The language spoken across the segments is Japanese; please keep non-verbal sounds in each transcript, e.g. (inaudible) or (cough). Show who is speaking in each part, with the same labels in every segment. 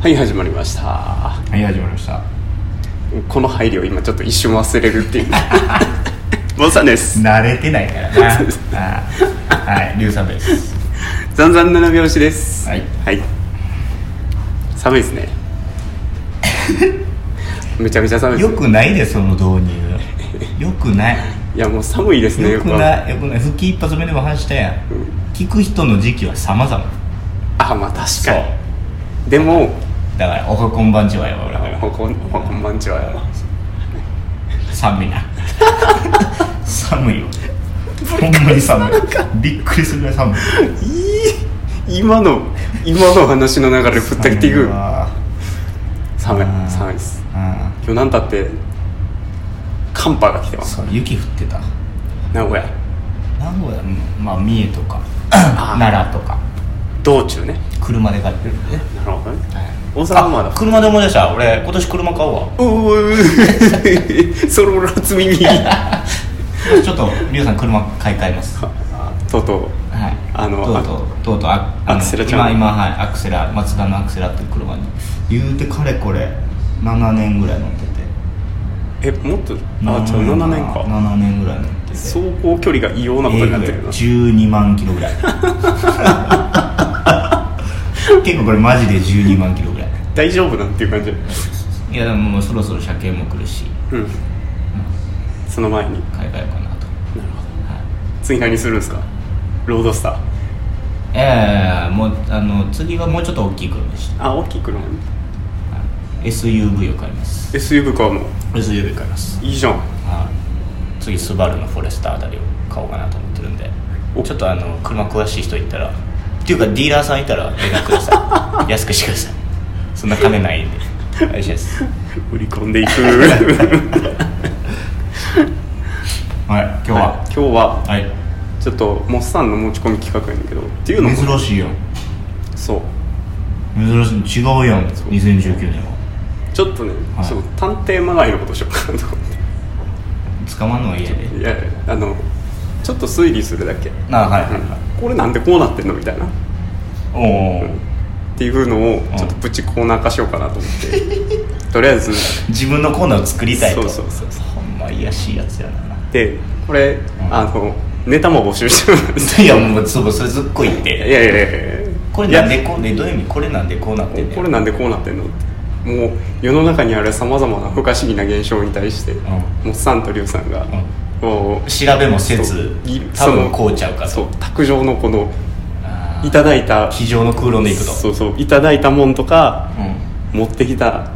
Speaker 1: はい始まりました
Speaker 2: はい始まりました
Speaker 1: この配慮今ちょっと一瞬忘れるって
Speaker 2: (laughs)
Speaker 1: いうボンさんです
Speaker 2: 慣れてないから
Speaker 1: (laughs)
Speaker 2: なああはいリュウさんです
Speaker 1: ざんざん七拍子です
Speaker 2: はい
Speaker 1: 寒い
Speaker 2: (laughs)
Speaker 1: ですねめちゃめちゃ寒いで
Speaker 2: よ
Speaker 1: す
Speaker 2: くないでその導入よく
Speaker 1: (laughs)
Speaker 2: ない
Speaker 1: いやもう寒いですね
Speaker 2: よくないよくない復帰一発目でも話したやん聞く人の時期は様々
Speaker 1: あまあ確
Speaker 2: そう
Speaker 1: かにでも
Speaker 2: だからおはこんばんちはやわ俺は
Speaker 1: ここんこんばんちは
Speaker 2: 寒
Speaker 1: (laughs)
Speaker 2: いな寒いよほんまに寒いびっくりするぐらい寒い
Speaker 1: いい今の今の話の流れぶった切っていく
Speaker 2: わ
Speaker 1: 寒い
Speaker 2: うん
Speaker 1: 寒いです
Speaker 2: うん
Speaker 1: 今日なんたって寒波が来てます
Speaker 2: そう雪降ってた
Speaker 1: 名古屋
Speaker 2: 名古屋うんまあ三重とか
Speaker 1: あ
Speaker 2: 奈良とか
Speaker 1: 道中ね
Speaker 2: 車で帰ってるんでね
Speaker 1: なるほどね
Speaker 2: はい
Speaker 1: 大阪はまだ
Speaker 2: あ車で思い出した俺今年車買
Speaker 1: (laughs)
Speaker 2: うわ
Speaker 1: お
Speaker 2: (laughs)
Speaker 1: ーその初耳
Speaker 2: ちょっとリュウさん車買い替えます (laughs) はい
Speaker 1: とうとうあの
Speaker 2: とうとうとうとうああの
Speaker 1: アクセラちゃん
Speaker 2: 今今はいアクセラマツダのアクセラっていう車に言うてかれこれ7年ぐらい乗ってて
Speaker 1: えもっとあじゃあ7年か
Speaker 2: 7年ぐらい乗ってて
Speaker 1: 走行距離が異様なことになってるな
Speaker 2: 12万キロぐ
Speaker 1: (laughs)
Speaker 2: らい結構これマジで12万キロぐらい
Speaker 1: 大丈夫なんていう感じ
Speaker 2: いやでももうそろそろ車検も来るし
Speaker 1: うんその前に
Speaker 2: 買い替えようかなとはい
Speaker 1: 次何するんですかロードスター
Speaker 2: ええもうあの次はもうちょっと大きい車でした
Speaker 1: あ大きい車ね
Speaker 2: SUV を買います
Speaker 1: SUV かも
Speaker 2: SUV 買います
Speaker 1: いいじゃん
Speaker 2: はい次スバルのフォレスターあたりを買おうかなと思ってるんで
Speaker 1: お
Speaker 2: ちょっとあの車詳しい人いたらっていうかディーラーさんいたら連絡ください (laughs) 安くしてくださいそんな金ないんでお願いします
Speaker 1: 売り込んで
Speaker 2: (laughs)
Speaker 1: いくはい
Speaker 2: はい今日
Speaker 1: 今日は
Speaker 2: はい、
Speaker 1: ちょっとモッサンの持ち込み企画やねんけどっていうのも
Speaker 2: 珍しいよ
Speaker 1: そう
Speaker 2: 珍しい違うやん2019年は
Speaker 1: ちょっとね、
Speaker 2: はい
Speaker 1: そう探偵まがいのことしようかなと思って
Speaker 2: 捕まんのは嫌で
Speaker 1: いやあのちょっと推理するだけ、
Speaker 2: あはいはいは
Speaker 1: うんこれなんでこうなってんのみたいなっ
Speaker 2: いおお
Speaker 1: ていうのを
Speaker 2: ん
Speaker 1: ちょっとプチコーナー化しようかなと思って
Speaker 2: (laughs)
Speaker 1: とりあえず
Speaker 2: 自分のコーナーを作りたいと
Speaker 1: そうそうそうそ
Speaker 2: ほんま癒やしいやつやな
Speaker 1: でこれ、
Speaker 2: ん
Speaker 1: あのネタも募集してるんです
Speaker 2: いやもうそうそれずっこいっ
Speaker 1: いや
Speaker 2: て
Speaker 1: いやいやいや
Speaker 2: これなんでこうねどういう意味これなんでこうなってんね
Speaker 1: これなんでこうなってんのってもう世の中にあるさまざまな不可思議な現象に対して、
Speaker 2: ん
Speaker 1: もっさんとりゅうさんが、こう
Speaker 2: 調べもせず
Speaker 1: い
Speaker 2: 多分こうちゃうか
Speaker 1: そ
Speaker 2: と
Speaker 1: う卓上のこの
Speaker 2: あー
Speaker 1: いただいた
Speaker 2: 机上の空論でいくと
Speaker 1: そうそういただいたもんとか
Speaker 2: うん
Speaker 1: 持ってきた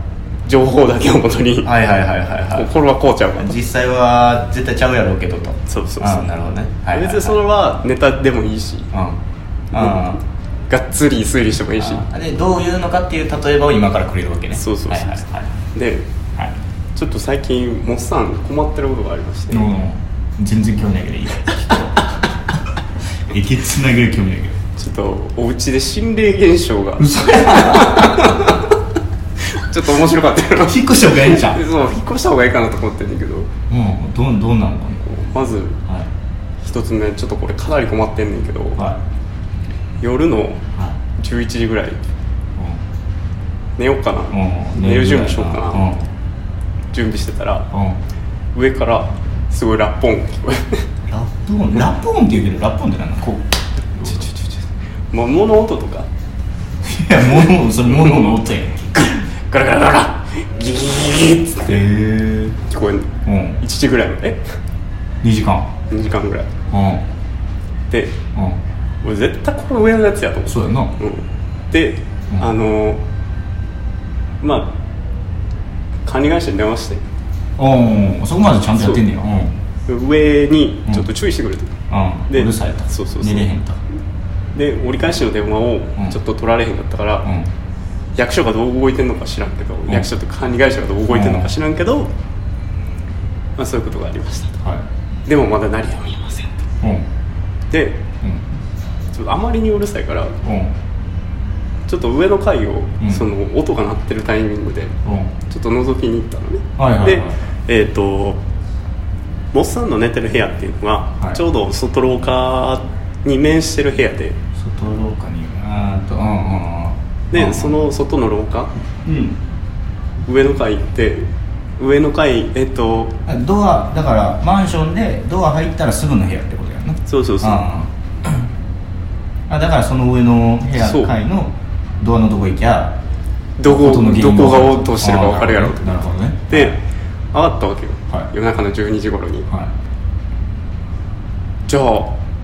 Speaker 1: 情報だけをもとに、
Speaker 2: はいはいはいはい
Speaker 1: もう
Speaker 2: は
Speaker 1: これはこうちゃうか
Speaker 2: い
Speaker 1: と
Speaker 2: 実際は絶対ちゃうやろうけどと
Speaker 1: そうそうそう
Speaker 2: あーなるほどねはいはいはい
Speaker 1: 別にそれはネタでもいいし
Speaker 2: うんあー
Speaker 1: がっつり推理してもいいし
Speaker 2: あーでどういうのかっていう例えばを今からくれるわけね
Speaker 1: そうそうそう
Speaker 2: はいはいはい
Speaker 1: で
Speaker 2: はい
Speaker 1: ちょっと最近モッさん困ってることがありまして、
Speaker 2: うん全然興味ないけどい
Speaker 1: (laughs)
Speaker 2: いよえげつないぐらい興味ないけど
Speaker 1: ちょっとお家で心霊現象が
Speaker 2: 嘘や
Speaker 1: (laughs) ちょっと面白かったよ
Speaker 2: 引っ越した方がええ
Speaker 1: (laughs)
Speaker 2: んじゃん、う
Speaker 1: でそう引っ越した方がいいかなと思ってるんだけど
Speaker 2: ん、どんどんなのか
Speaker 1: まず
Speaker 2: なは
Speaker 1: 一つ目ちょっとこれかなり困ってんねんけど、
Speaker 2: いは
Speaker 1: 夜の
Speaker 2: いは
Speaker 1: 11時ぐらい
Speaker 2: い
Speaker 1: 寝ようかな、
Speaker 2: うんうん
Speaker 1: 寝る準備しようかな、
Speaker 2: うん
Speaker 1: 準備してたら
Speaker 2: うん
Speaker 1: 上からすごいラッポンが聞こえる
Speaker 2: ラップ音ラップ音って言うけどラップ音って何なのこう
Speaker 1: ちょちょちょちょまあ物音とか
Speaker 2: いや物それ物の音やんへ
Speaker 1: ガラガラガラギギギギギって
Speaker 2: え
Speaker 1: 聞こえるの
Speaker 2: うん
Speaker 1: 1時ぐらいまで
Speaker 2: 2時間
Speaker 1: 2時間ぐらい
Speaker 2: うんうん
Speaker 1: で俺絶対これ上のやつやと思って
Speaker 2: そうやなうん
Speaker 1: うんで、
Speaker 2: うん
Speaker 1: あのーまあ管理会社に電話して
Speaker 2: そこまでちゃんとやってんねやうん
Speaker 1: 上にちょっと注意してくれと、
Speaker 2: うん
Speaker 1: で
Speaker 2: うるさいと
Speaker 1: そうそうそう
Speaker 2: 寝れへんと
Speaker 1: で折り返しの電話をちょっと取られへんかったから、
Speaker 2: うん
Speaker 1: 役所がどう動いてんのか知らんけど、
Speaker 2: ん
Speaker 1: 役所と管理会社がどう動いてんのか知らんけど、まあ、そういうことがありましたと
Speaker 2: は
Speaker 1: でもまだ何も言えませんと
Speaker 2: いうん
Speaker 1: でちょっとあまりにうるさいから
Speaker 2: うんうん
Speaker 1: ちょっと上の階を、
Speaker 2: うん
Speaker 1: その音が鳴ってるタイミングで
Speaker 2: うん
Speaker 1: ちょっと覗きに行ったのね、
Speaker 2: はいはいはい
Speaker 1: でえっ、とモッサンの寝てる部屋っていうのが、
Speaker 2: はい
Speaker 1: ちょうど外廊下に面してる部屋で
Speaker 2: 外廊下にあーっとうんうんうんうん
Speaker 1: でその外の廊下
Speaker 2: うん
Speaker 1: 上の階行って上の階えっと
Speaker 2: ドアだからマンションでドア入ったらすぐの部屋ってことやな
Speaker 1: そうそうそう
Speaker 2: ああだからその上の部屋
Speaker 1: そう
Speaker 2: 階のドアのとこ行きゃ
Speaker 1: どこ
Speaker 2: 音の原
Speaker 1: ど
Speaker 2: 因
Speaker 1: こが
Speaker 2: 分
Speaker 1: 落としてるか分かるやろ
Speaker 2: あ
Speaker 1: と
Speaker 2: あなるほどね
Speaker 1: で上がったわけよ、
Speaker 2: はい
Speaker 1: 夜中の12時頃に
Speaker 2: は
Speaker 1: じゃあ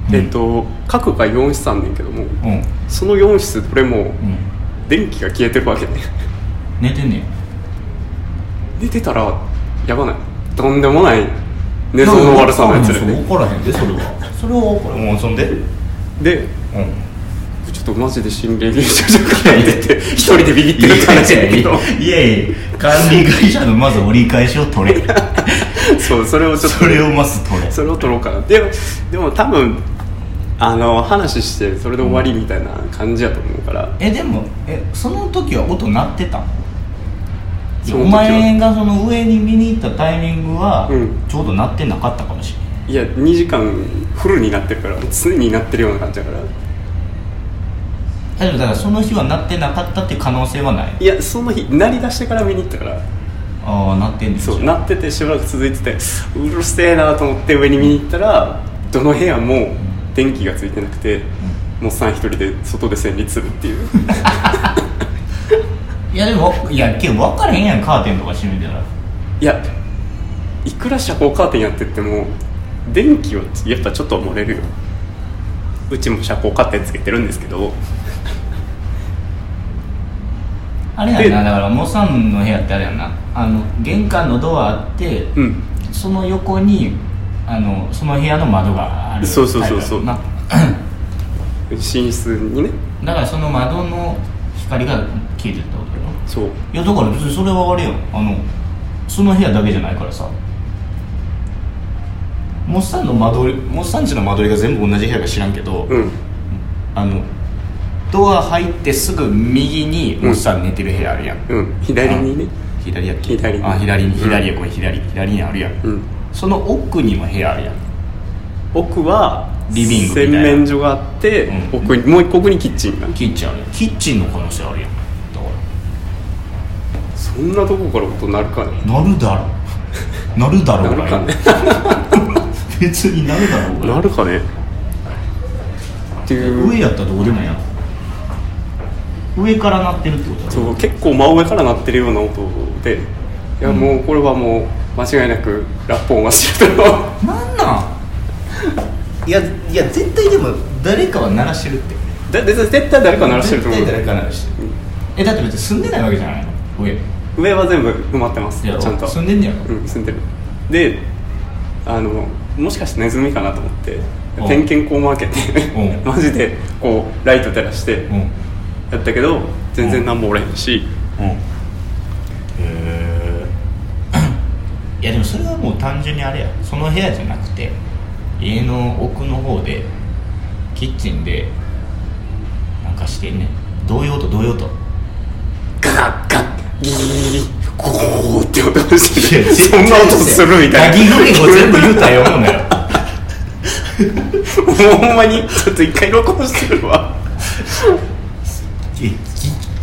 Speaker 2: うん
Speaker 1: えっと各階4室あんねんけども
Speaker 2: いうん
Speaker 1: その4室どれも
Speaker 2: うん
Speaker 1: 電気が消えてるわけね (laughs)
Speaker 2: 寝てんねん
Speaker 1: 寝てたらやばないとんでもない寝相の悪さのやつらね
Speaker 2: 怒らへんでそれはそれは怒らへんもうそんでうん
Speaker 1: でちょっとマジで心霊現象じゃなくなってて一人でビビってるって話やねんけど
Speaker 2: いやいや管理会社のまず折り返しを取れ
Speaker 1: そうそれをちょっと
Speaker 2: それをまず取れ
Speaker 1: それを取ろうかなでもでも多分あの話してそれで終わりみたいな感じやと思うから、
Speaker 2: えでもえその時は音鳴ってたの
Speaker 1: その
Speaker 2: お
Speaker 1: 時は
Speaker 2: 前がその上に見に行ったタイミングは、
Speaker 1: うん
Speaker 2: ちょうど鳴ってなかったかもしれない
Speaker 1: いや2時間フルになってるから常になってるような感じだから
Speaker 2: 大丈夫だからその日は鳴ってなかったっていう可能性はない
Speaker 1: いやその日鳴り出してから見に行ったから
Speaker 2: ああ鳴ってんです
Speaker 1: そ
Speaker 2: よ
Speaker 1: うなっててしばらく続いててうるせえなと思って上に見に行ったらどの部屋も電気がついてなくて、もっさん一人で外で戦慄するっていう
Speaker 2: いやでもいやけど分からへんやんカーテンとか閉めてたら
Speaker 1: いやいくら遮光カーテンやってっても電気はやっぱちょっと漏れるようちも遮光カーテンつけてるんですけど
Speaker 2: あれやんな
Speaker 1: で
Speaker 2: だからモさんの部屋ってあれやんなあの玄関のドアあって、
Speaker 1: うん
Speaker 2: その横にあのその部屋の窓がある
Speaker 1: そうそうそうそう
Speaker 2: タイプやもんな
Speaker 1: 寝室にね
Speaker 2: だからその窓の光が消えてったことだろ
Speaker 1: そう
Speaker 2: いやだから別にそれはあれよあのその部屋だけじゃないからさモッサンの間取りモッサン家の間取りが全部同じ部屋か知らんけど、
Speaker 1: うん
Speaker 2: あのドア入ってすぐ右に
Speaker 1: うん
Speaker 2: モッサン寝てる部屋あるやん、
Speaker 1: うん左にね
Speaker 2: 左やっけ
Speaker 1: 左に
Speaker 2: あ左に
Speaker 1: うん
Speaker 2: 左やこれ左左にあるやん、
Speaker 1: うん
Speaker 2: その奥にも部屋あるやん
Speaker 1: 奥は
Speaker 2: リビングみたい
Speaker 1: 洗
Speaker 2: な
Speaker 1: 面所があって、
Speaker 2: うん
Speaker 1: 奥にもう一個奥にキッチンが
Speaker 2: キッチンあるやんキッチンの可能性あるやんだか
Speaker 1: そんなとこから音鳴るかね
Speaker 2: らなるだろなるだろ
Speaker 1: 鳴
Speaker 2: う
Speaker 1: るかね
Speaker 2: (laughs) 別になるだろうが
Speaker 1: 鳴るかねっていう
Speaker 2: 上やったらどこでもやん上から鳴ってるってことだろ
Speaker 1: そう結構真上から鳴ってるような音でいやもうこれはもう間違いなくラップ音がしてると思う
Speaker 2: なんなんいやいや絶対でも誰かは鳴らしてるって (laughs)
Speaker 1: だ絶対絶対誰か鳴らしてると思う
Speaker 2: 絶対誰か鳴らしてる、えだって別に住んでないわけじゃないの上
Speaker 1: 上は全部埋まってますち
Speaker 2: や
Speaker 1: ゃ
Speaker 2: ろ
Speaker 1: んと
Speaker 2: 住んでんねやろ、
Speaker 1: うん住んでるであのもしかしてネズミかなと思って
Speaker 2: うん
Speaker 1: 点検口も開け
Speaker 2: う
Speaker 1: て
Speaker 2: ん
Speaker 1: (laughs) マジでこうライト照らして
Speaker 2: うんうん
Speaker 1: やったけど全然何もおれへんし
Speaker 2: へえ (clears throat) いやでもそれはもう単純にあれやその部屋じゃなくて家の奥の方でキッチンでなんかしてんねん同様と同様と
Speaker 1: ガッガッギリギリゴーって音がして
Speaker 2: いや
Speaker 1: るそんな音するみたい
Speaker 2: なぎりも全部言うたような
Speaker 1: な
Speaker 2: よ
Speaker 1: もうほんまにちょっと一回録音してるわ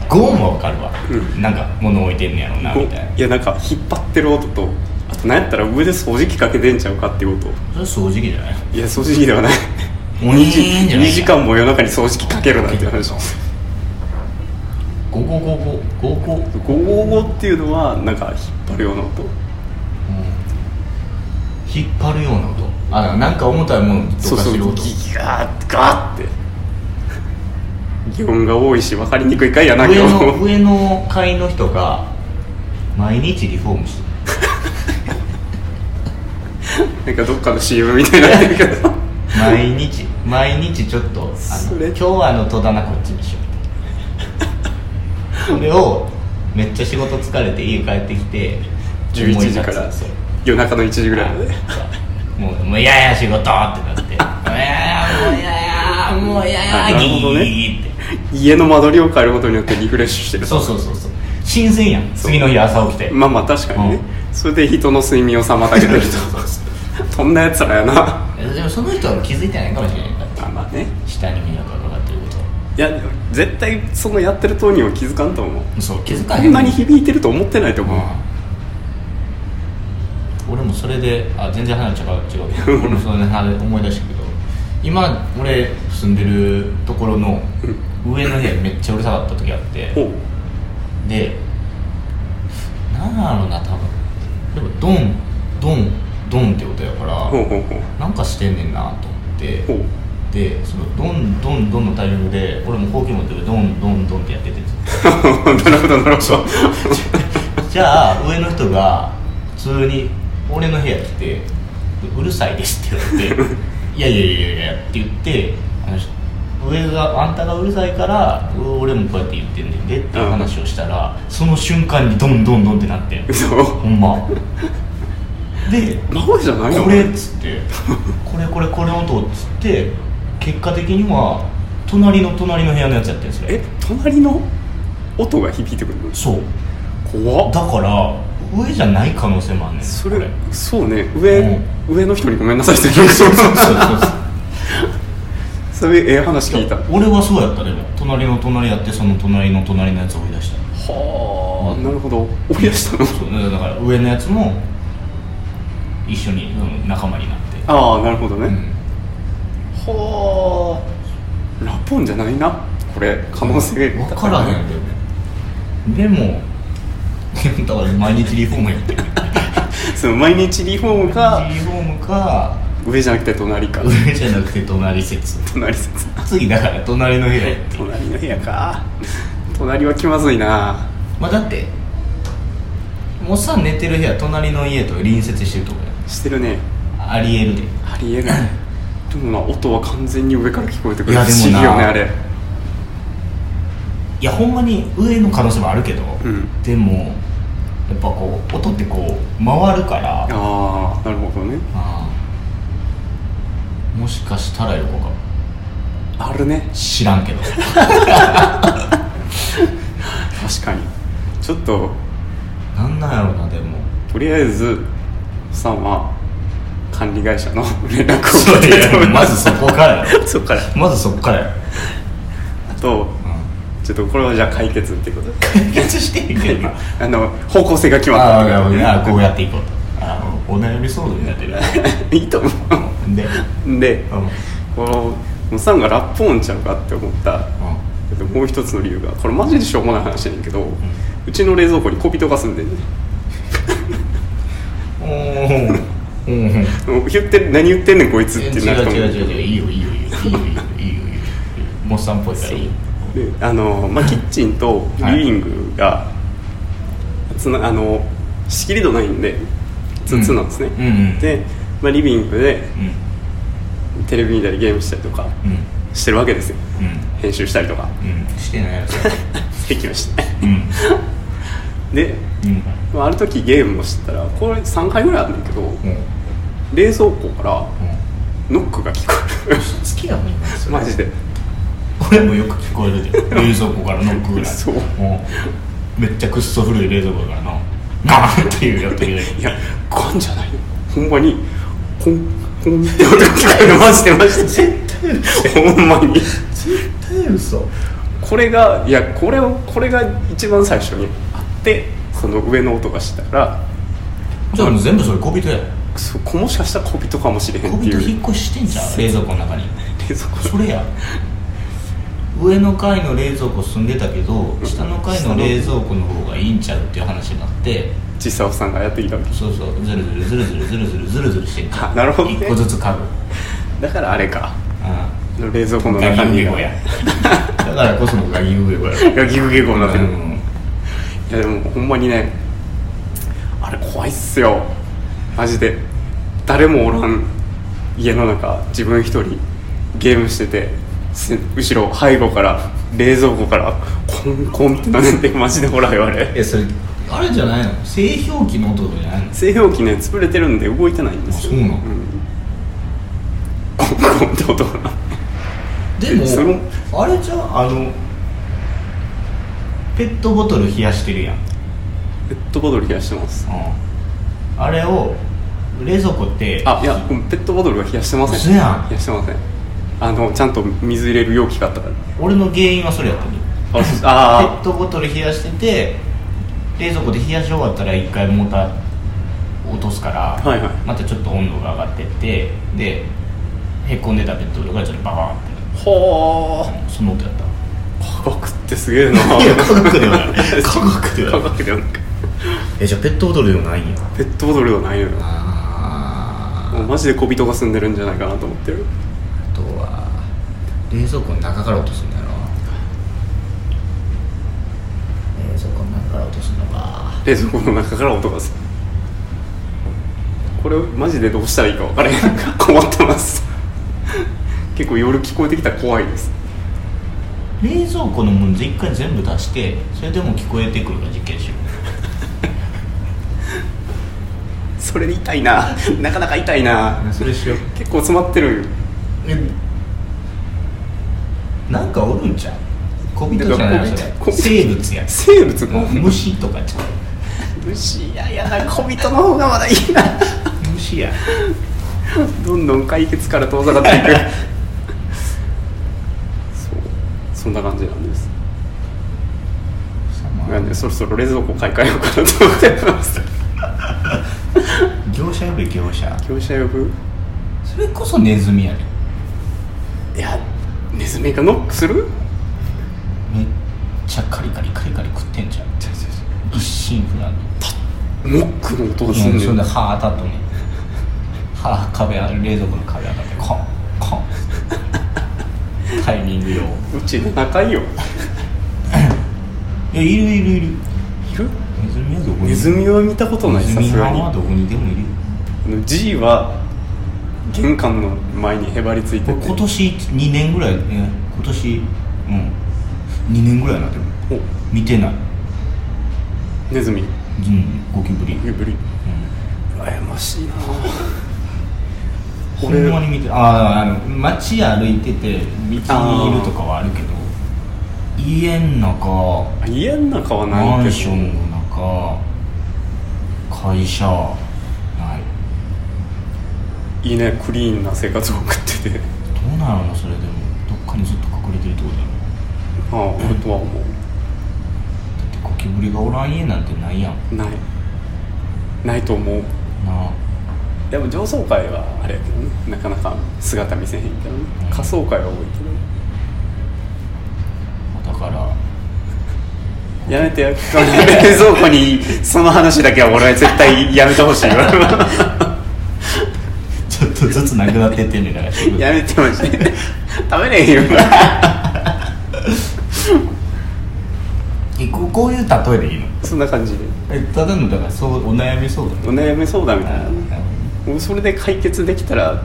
Speaker 2: ゴーンはわかるわ、
Speaker 1: うん
Speaker 2: なんか物置いてんねやろうなみたいない
Speaker 1: やなんか引っ張ってる音とあと何やったら上で掃除機かけてんちゃうかっていう音
Speaker 2: それ掃除機じゃない
Speaker 1: いや掃除機ではない
Speaker 2: おにーんじゃ
Speaker 1: 2
Speaker 2: ない
Speaker 1: 時間も夜中に掃除機かけるなんていう話
Speaker 2: ゴゴゴゴゴゴ、
Speaker 1: ゴーゴ
Speaker 2: うん、
Speaker 1: ーゴーっていうのはなんか引っ張るような音
Speaker 2: 引っ張るような音あなんか重たいものとかする音
Speaker 1: ギガーッガーって擬音が多いし分かりにくい回やな今
Speaker 2: 上の
Speaker 1: 日
Speaker 2: 上の階の人が毎日リフォームしてる
Speaker 1: なんかどっかの CM みたいになってるけど
Speaker 2: 毎日毎日ちょっとあ
Speaker 1: そ
Speaker 2: の
Speaker 1: れ
Speaker 2: 今日はあの戸棚こっちにしよ
Speaker 1: (laughs)
Speaker 2: うそれをめっちゃ仕事疲れて家帰ってきて
Speaker 1: 11
Speaker 2: 思い出す
Speaker 1: 時から
Speaker 2: そう
Speaker 1: 夜中の1時ぐらい
Speaker 2: (laughs)
Speaker 1: まで
Speaker 2: もうもう嫌や仕事ってなっていやいやもう嫌や
Speaker 1: あ
Speaker 2: もう嫌や
Speaker 1: なるほどね
Speaker 2: ギーギーっ
Speaker 1: 家の間取りを変えることによってリフレッシュして
Speaker 2: て
Speaker 1: る
Speaker 2: そうそうそうそう新鮮やん
Speaker 1: そう
Speaker 2: 次の日朝起きて
Speaker 1: (laughs) まあまあ確かにね、
Speaker 2: う
Speaker 1: それで人の睡眠を妨げて (laughs) る
Speaker 2: そうそう
Speaker 1: とそんなやつらやな
Speaker 2: そうでもその人は気づいてないかもしれないか
Speaker 1: ま
Speaker 2: ら
Speaker 1: あまあね
Speaker 2: 下に迷惑がかかってること
Speaker 1: いや絶対そのやってる当人は気づかんと思う
Speaker 2: そう気づか
Speaker 1: こ
Speaker 2: へん
Speaker 1: んなに響いてると思ってないと思う
Speaker 2: うん俺もそれであ全然話違う違う俺もそれであれ思い出したけど今俺住んでるところの上の部屋めっちゃうるさかった時あって
Speaker 1: ほう
Speaker 2: でなんだろうな多分でもドンドンドンって音やから
Speaker 1: ほうほうほう
Speaker 2: なんかしてんねんなと思って
Speaker 1: ほう (laughs)
Speaker 2: でそのドンドンドンのタイミングで俺もほうき持ってるドンドンドンってやってて
Speaker 1: なるほどなるほど
Speaker 2: じゃあ上の人が普通に俺の部屋来て「うるさいです」って言われ
Speaker 1: (laughs)
Speaker 2: て「いやいやいやいや」って言ってあの上が「あんたがうるさいからう俺もこうやって言ってんねんで」っていう話をしたら、その瞬間にどんどんどんってなってん
Speaker 1: 嘘
Speaker 2: ほんまで
Speaker 1: 生じゃないの
Speaker 2: これっつってこれこれこれの音っつって結果的には隣の隣の部屋のやつやってるんですよ
Speaker 1: え隣の音が響いてくるの
Speaker 2: そう
Speaker 1: 怖っ
Speaker 2: だから上じゃない可能性もあんねん
Speaker 1: そ
Speaker 2: こ
Speaker 1: れそうね上、上の人にごめんなさいって言う
Speaker 2: そうそうそう
Speaker 1: (laughs) そういうええ話
Speaker 2: そう
Speaker 1: 聞いた
Speaker 2: (laughs) 俺はそうやったでも隣の隣やってその隣の隣のやつ追い出した (laughs)
Speaker 1: はあなるほど追い出したの
Speaker 2: そうだから上のやつも一緒に、うん仲間になって
Speaker 1: ああなるほどね、
Speaker 2: うん
Speaker 1: はあラポンじゃないなこれ可能性
Speaker 2: 分からへんででも (laughs) だから毎日リフォームやってる
Speaker 1: その毎日リフォームが
Speaker 2: リフォームか
Speaker 1: 上じゃなくて隣か
Speaker 2: 上じゃなくて隣説
Speaker 1: 隣説
Speaker 2: 次だから隣の部屋やって
Speaker 1: 隣の部屋か隣は気まずいな
Speaker 2: まあだっておっさん寝てる部屋隣の家と隣接してるとこ
Speaker 1: してるね
Speaker 2: やありえるで
Speaker 1: ありえないでもな音は完全に上から聞こえてくる
Speaker 2: いやでもな
Speaker 1: 不思議よねあれ
Speaker 2: いやほんまに上の可能性もあるけど、
Speaker 1: ん
Speaker 2: でもやっぱこう音ってこう回るからあ
Speaker 1: ああなるほどね
Speaker 2: あもしかしたら横かも
Speaker 1: あるね
Speaker 2: 知らん (laughs) けど
Speaker 1: 確かにちょっと
Speaker 2: なんなんやろうなでも
Speaker 1: とりあえずさんは管理会社の連絡を
Speaker 2: そ
Speaker 1: 受けて
Speaker 2: れまずそこからや
Speaker 1: (laughs)
Speaker 2: ろ
Speaker 1: そっから
Speaker 2: まずそこからやろ
Speaker 1: あとちょっとこれはじゃあ解決ってこと (laughs) で
Speaker 2: 解決してへんけどな
Speaker 1: あの方向性が決まった
Speaker 2: ああなるほどねあこうやっていこうとあお悩みソードになって (laughs) る
Speaker 1: (laughs) いいと思
Speaker 2: で、
Speaker 1: うで
Speaker 2: うんうん
Speaker 1: このモさんがラップ音ちゃうかって思ったでもう一つの理由がこれマジでしょうもない話やねんけど、うちの冷蔵庫に小人が住んでんね
Speaker 2: おーうんうん
Speaker 1: ん言ってる何言ってんねんこいつっ
Speaker 2: 違う
Speaker 1: てなると思
Speaker 2: 違う違う違ういいよいいよいいよいいよいいよいいよいいよモッサンっぽいからいいよ
Speaker 1: であの、まあ、キッチンとリビングが、つなあの仕切り戸ないんでつつなんですね、
Speaker 2: うんうん
Speaker 1: で、まあ、リビングで
Speaker 2: うん
Speaker 1: テレビ見たりゲームしたりとか
Speaker 2: うん
Speaker 1: してるわけですよ
Speaker 2: う
Speaker 1: 編集したりとか (laughs)
Speaker 2: んうんしてないやつ
Speaker 1: できました
Speaker 2: うん
Speaker 1: で、
Speaker 2: うん
Speaker 1: まあ、ある時ゲームをしてたらこれ3回ぐらいあるんだけど
Speaker 2: うんうん
Speaker 1: 冷蔵庫からノックが聞こえる
Speaker 2: 好きやもん今そ
Speaker 1: (laughs)
Speaker 2: れ
Speaker 1: マジで
Speaker 2: 俺もよく聞こえるで冷蔵庫からノックぐらい
Speaker 1: そうん
Speaker 2: めっちゃくっそ古い冷蔵庫からのガーンっていうやってる
Speaker 1: いやこんじゃないよほんまにこんこん (laughs) って音が聞こえるマジでマジで
Speaker 2: 絶対
Speaker 1: ほんまに
Speaker 2: 絶対嘘
Speaker 1: これがいやこれをこれが一番最初にあってその上の音がしたら
Speaker 2: じゃあもう全部それ小人や
Speaker 1: そこもしかしたら小人かもしれへん
Speaker 2: 小
Speaker 1: ってい
Speaker 2: 人
Speaker 1: う
Speaker 2: 引っ越してんじゃん冷蔵庫の中に
Speaker 1: (laughs) 冷蔵庫
Speaker 2: それや上の階の冷蔵庫住んでたけど下の階の冷蔵庫の方がいいんちゃうっていう話になって
Speaker 1: 実際おさんがやってきたわけ
Speaker 2: そうそうずるずるずるずるずるずるずるずるしてんじゃ
Speaker 1: あ
Speaker 2: ん
Speaker 1: なるほどね
Speaker 2: 一個ずつ家具
Speaker 1: だからあれか
Speaker 2: う
Speaker 1: あの冷蔵庫の
Speaker 2: んガ
Speaker 1: 中
Speaker 2: ギ
Speaker 1: に
Speaker 2: ウゲゴやだからこそのガギウゲゴや
Speaker 1: ガキグゲゴになってる、
Speaker 2: う
Speaker 1: い
Speaker 2: ん
Speaker 1: やでもほんまにねあれ怖いっすよマジで誰もおらん家の中自分一人ゲームしててせ後ろ背後から冷蔵庫からコンコンってなってマジでほらよあれ
Speaker 2: えそれあれじゃないの製氷機の音とかじゃないの
Speaker 1: 製氷機ね潰れてるんで動いてないんですよ
Speaker 2: あそうなの
Speaker 1: んコンコンって音が
Speaker 2: でも
Speaker 1: その
Speaker 2: あれじゃんあのペットボトル冷やしてるやん、
Speaker 1: ペットボトル冷やしてます
Speaker 2: あれを冷蔵庫って
Speaker 1: あいやペットボトルは冷やしてません
Speaker 2: 嘘やん
Speaker 1: 冷やしてませんあのちゃんと水入れる容器があったから
Speaker 2: 俺の原因はそれやったのよ
Speaker 1: あそ
Speaker 2: ペ
Speaker 1: あ
Speaker 2: ットボトル冷やしてて冷蔵庫で冷やし終わったら一回モーター落とすから、
Speaker 1: はいはい
Speaker 2: またちょっと温度が上がってってでへこんでたペットボトルがちょっとババーンって
Speaker 1: ーほー
Speaker 2: その音やった
Speaker 1: 科学ってすげえない
Speaker 2: や科学
Speaker 1: (laughs)
Speaker 2: ではない科学ではない
Speaker 1: 科学ではない
Speaker 2: えじゃあペットボトルでもないんや
Speaker 1: ペットボトルはないのよ
Speaker 2: あ
Speaker 1: もうマジで小人が住んでるんじゃないかなと思ってる
Speaker 2: あとは冷蔵庫の中から落とすんだろ冷蔵庫の中から落とすのか
Speaker 1: 冷蔵庫の中から音がするこれマジでどうしたらいいか分からへん困ってます結構夜聞こえてきたら怖いです
Speaker 2: 冷蔵庫のもの一回全部出してそれでも聞こえてくるから実験しよ
Speaker 1: それで痛いななかなか痛いな
Speaker 2: うそれしよう
Speaker 1: 結構詰まってるんよ
Speaker 2: なんかおるんちゃう小人じゃない
Speaker 1: なん
Speaker 2: そ
Speaker 1: か
Speaker 2: れ
Speaker 1: 小人
Speaker 2: 生物や
Speaker 1: 生物の
Speaker 2: 虫とかちゃう
Speaker 1: 虫ややな小人の方がまだいいな
Speaker 2: 虫や
Speaker 1: どんどん解決から遠ざかっていく (laughs) そうそんな感じなんですなんでそろそろ冷蔵庫買い替えようかなと思ってます
Speaker 2: 業者より業者
Speaker 1: 業者呼ぶ
Speaker 2: それこそネズミやで
Speaker 1: いやネズミがノックする
Speaker 2: めっちゃカリカリカリカリ食ってんじゃん一心不乱に
Speaker 1: ノックの音がす
Speaker 2: うんんそ
Speaker 1: ね
Speaker 2: れ
Speaker 1: ん
Speaker 2: で歯当たったね歯壁あ冷蔵庫の壁当たってコンコ (laughs) ンタイミング用
Speaker 1: うち仲いいよ
Speaker 2: いやいるいるいる
Speaker 1: いる
Speaker 2: ネズミはどこに
Speaker 1: ネズミは見たことないさ
Speaker 2: ネズ
Speaker 1: す
Speaker 2: ミ
Speaker 1: がに
Speaker 2: はどこにでもいるよ
Speaker 1: あの G は玄関の前にへばりついて
Speaker 2: これ
Speaker 1: て
Speaker 2: 今年2年ぐらいね今年うん2年ぐらいなでも
Speaker 1: お
Speaker 2: 見てない
Speaker 1: ネズミ
Speaker 2: うんゴキブリ、うん、
Speaker 1: ブリブリ羨ましいな
Speaker 2: ほ
Speaker 1: 俺
Speaker 2: んまに見てあーあの街歩いてて道にいるとかはあるけど家の中
Speaker 1: 家の中は
Speaker 2: マ
Speaker 1: ない
Speaker 2: ン
Speaker 1: け
Speaker 2: ショ
Speaker 1: ど
Speaker 2: ンの中会社ない
Speaker 1: いいねクリーンな生活を送ってて
Speaker 2: どうなのそれでもどっかにずっと隠れてるってことだ
Speaker 1: あ
Speaker 2: ろ
Speaker 1: あ俺とは思
Speaker 2: だってゴキブリがおらん家なんてないやん
Speaker 1: うないないと思う
Speaker 2: なあ
Speaker 1: でも上層階はあれやけどねなかなか姿見せへんけどね下層階は多いけどね
Speaker 2: だから
Speaker 1: やめてよ冷蔵庫に (laughs) その話だけは俺は絶対やめてほしいわ
Speaker 2: ちょっとずつなくなってってんねんから食
Speaker 1: (laughs) やめてほしい食べれへんよ
Speaker 2: こうこういう例えでいいの
Speaker 1: そんな感じで
Speaker 2: えただのだからそうお悩みそうだ
Speaker 1: お悩み相談みたいなねもうそれで解決できたらね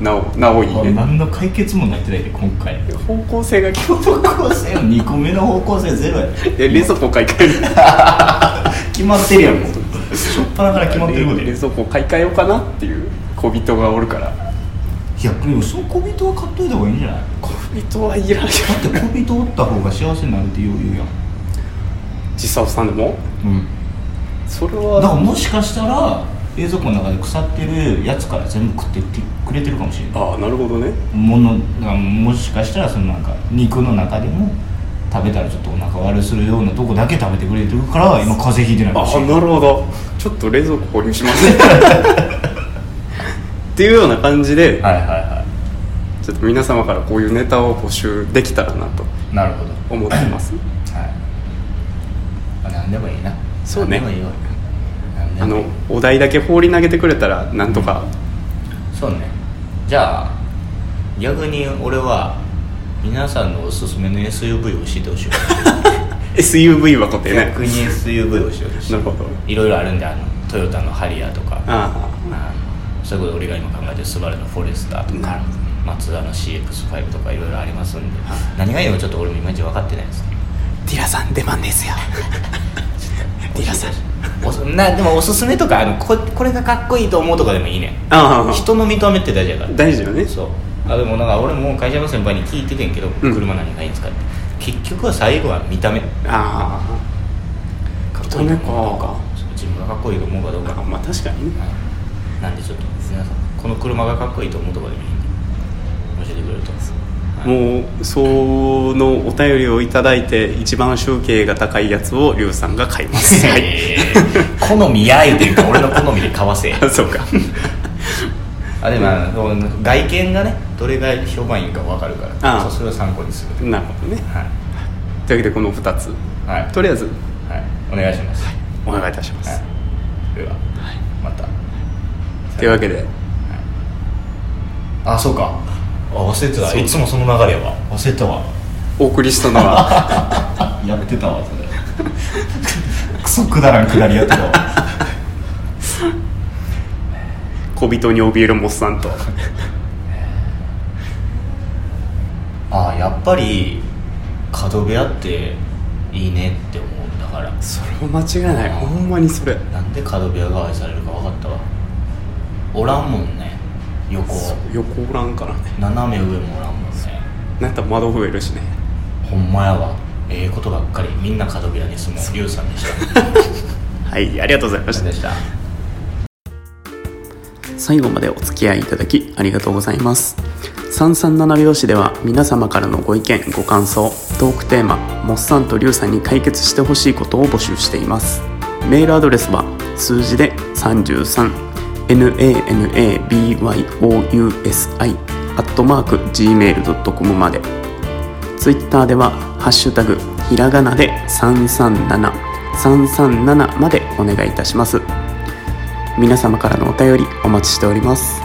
Speaker 1: なおなおいい
Speaker 2: あ
Speaker 1: ね
Speaker 2: 何の解決もなってないで今回
Speaker 1: 方向性が決まっ
Speaker 2: 方向性2個目の方向性ゼロやで
Speaker 1: て冷蔵庫買い替える
Speaker 2: 決まってるやんもう初っ端から決まってることや
Speaker 1: 冷蔵庫買い替えようかなっていう小人がおるから
Speaker 2: いやでもその小人は買っといた方がいいんじゃない
Speaker 1: 小人はいらんよ
Speaker 2: だって小人おった方が幸せになるって言う言うやん、
Speaker 1: 実際さんでもそれ
Speaker 2: だから
Speaker 1: は
Speaker 2: もしかしたら冷蔵庫の中で腐ってるやつから全部食ってってくれてるかもしれない
Speaker 1: ああなるほどね
Speaker 2: ものがもしかしたらそのなんか肉の中でも食べたらちょっとお腹悪するようなとこだけ食べてくれてるから今風邪ひいてないかもし
Speaker 1: あ
Speaker 2: れない
Speaker 1: なるほどちょっと冷蔵庫保留しますねっていうような感じで、
Speaker 2: はいはいは
Speaker 1: ちょっと皆様からこういうネタを募集できたらなと
Speaker 2: いなるほど
Speaker 1: 思ってます
Speaker 2: はいまあ何でもいいな
Speaker 1: そうね
Speaker 2: 何でもいいわ何で
Speaker 1: あ
Speaker 2: もい
Speaker 1: の
Speaker 2: い
Speaker 1: お題だけ放り投げてくれたらなんとか、
Speaker 2: そうねじゃあ逆に俺は皆さんのおすすめの SUV を教えてほ (laughs) しい
Speaker 1: SUV は固定ね
Speaker 2: 逆に SUV を教え (laughs) てほし
Speaker 1: なるほど
Speaker 2: いいろいろあるんであのトヨタのハリアーとか
Speaker 1: あ
Speaker 2: あのそういうこと俺が今考えてるスバルのフォレスターと
Speaker 1: な
Speaker 2: か
Speaker 1: るほど
Speaker 2: マツダの CX5 とかいろいろありますんで何がいいのかちょっと俺もいまいち分かってないですね
Speaker 1: あディラさん出番です (laughs) よディラさん
Speaker 2: (laughs) おすなでもおすすめとかあのここれがかっこいいと思うとかでもいいね
Speaker 1: ああ
Speaker 2: 人の認めって大事やから
Speaker 1: 大事よね
Speaker 2: そうあでもなんか俺も会社の先輩に聞いててんけど、
Speaker 1: うん
Speaker 2: 車何がいいんですかって結局は最後は見た目か
Speaker 1: ああ
Speaker 2: っ
Speaker 1: 固
Speaker 2: こいい
Speaker 1: 定ね
Speaker 2: と思うか
Speaker 1: か
Speaker 2: そう自分がかっこいいと思うかどうか
Speaker 1: あまあ確かにね
Speaker 2: はいなんでちょっと皆さんこの車がかっこいいと思うとかでもいいんでえてくれると
Speaker 1: もうそのお便りをいただいて一番集計が高いやつをリュウさんが買います (laughs) はい
Speaker 2: えー好みやいっていうか俺の好みで買 (laughs) わせ
Speaker 1: あ (laughs) そうか
Speaker 2: あでもあの外見がねどれが評判いいか分かるから
Speaker 1: ああ
Speaker 2: そうそれを参考にする
Speaker 1: なるほどね
Speaker 2: はい
Speaker 1: というわけでこの2つ
Speaker 2: はい、
Speaker 1: とりあえず
Speaker 2: はい、お願いします、はい、
Speaker 1: お願いいたします、
Speaker 2: では、また
Speaker 1: というわけで
Speaker 2: あそうかあ忘れてたいつもその流れやわ忘れてたわ
Speaker 1: お送りしたの (laughs) は
Speaker 2: やめてたわそれ (laughs) クソくだらんくだりやったわ
Speaker 1: 小人に怯えるモッさんと
Speaker 2: ああやっぱり角部屋っていいねって思うんだから
Speaker 1: それも間違いないほんまにそれ
Speaker 2: なんで角部屋が愛されるか分かったわおらんもんね横
Speaker 1: 横おらんからね
Speaker 2: 斜め上もおらんもんね
Speaker 1: なんやったら窓増えるしね
Speaker 2: ほんまやわええことばっかりみんな角部屋に住むリュウさんでした
Speaker 1: はいありがとうございました
Speaker 2: した
Speaker 1: 最後までお付き合いいただきありがとうございます337拍子では皆様からのご意見ご感想トークテーマモッさんとリュウさんに解決してほしいことを募集していますメールアドレスは数字で 33nanabyousi アットマーク gmail.com までツイッターでは「ハッシュタグひらがな」で337 337までお願いいたします皆様からのお便りお待ちしております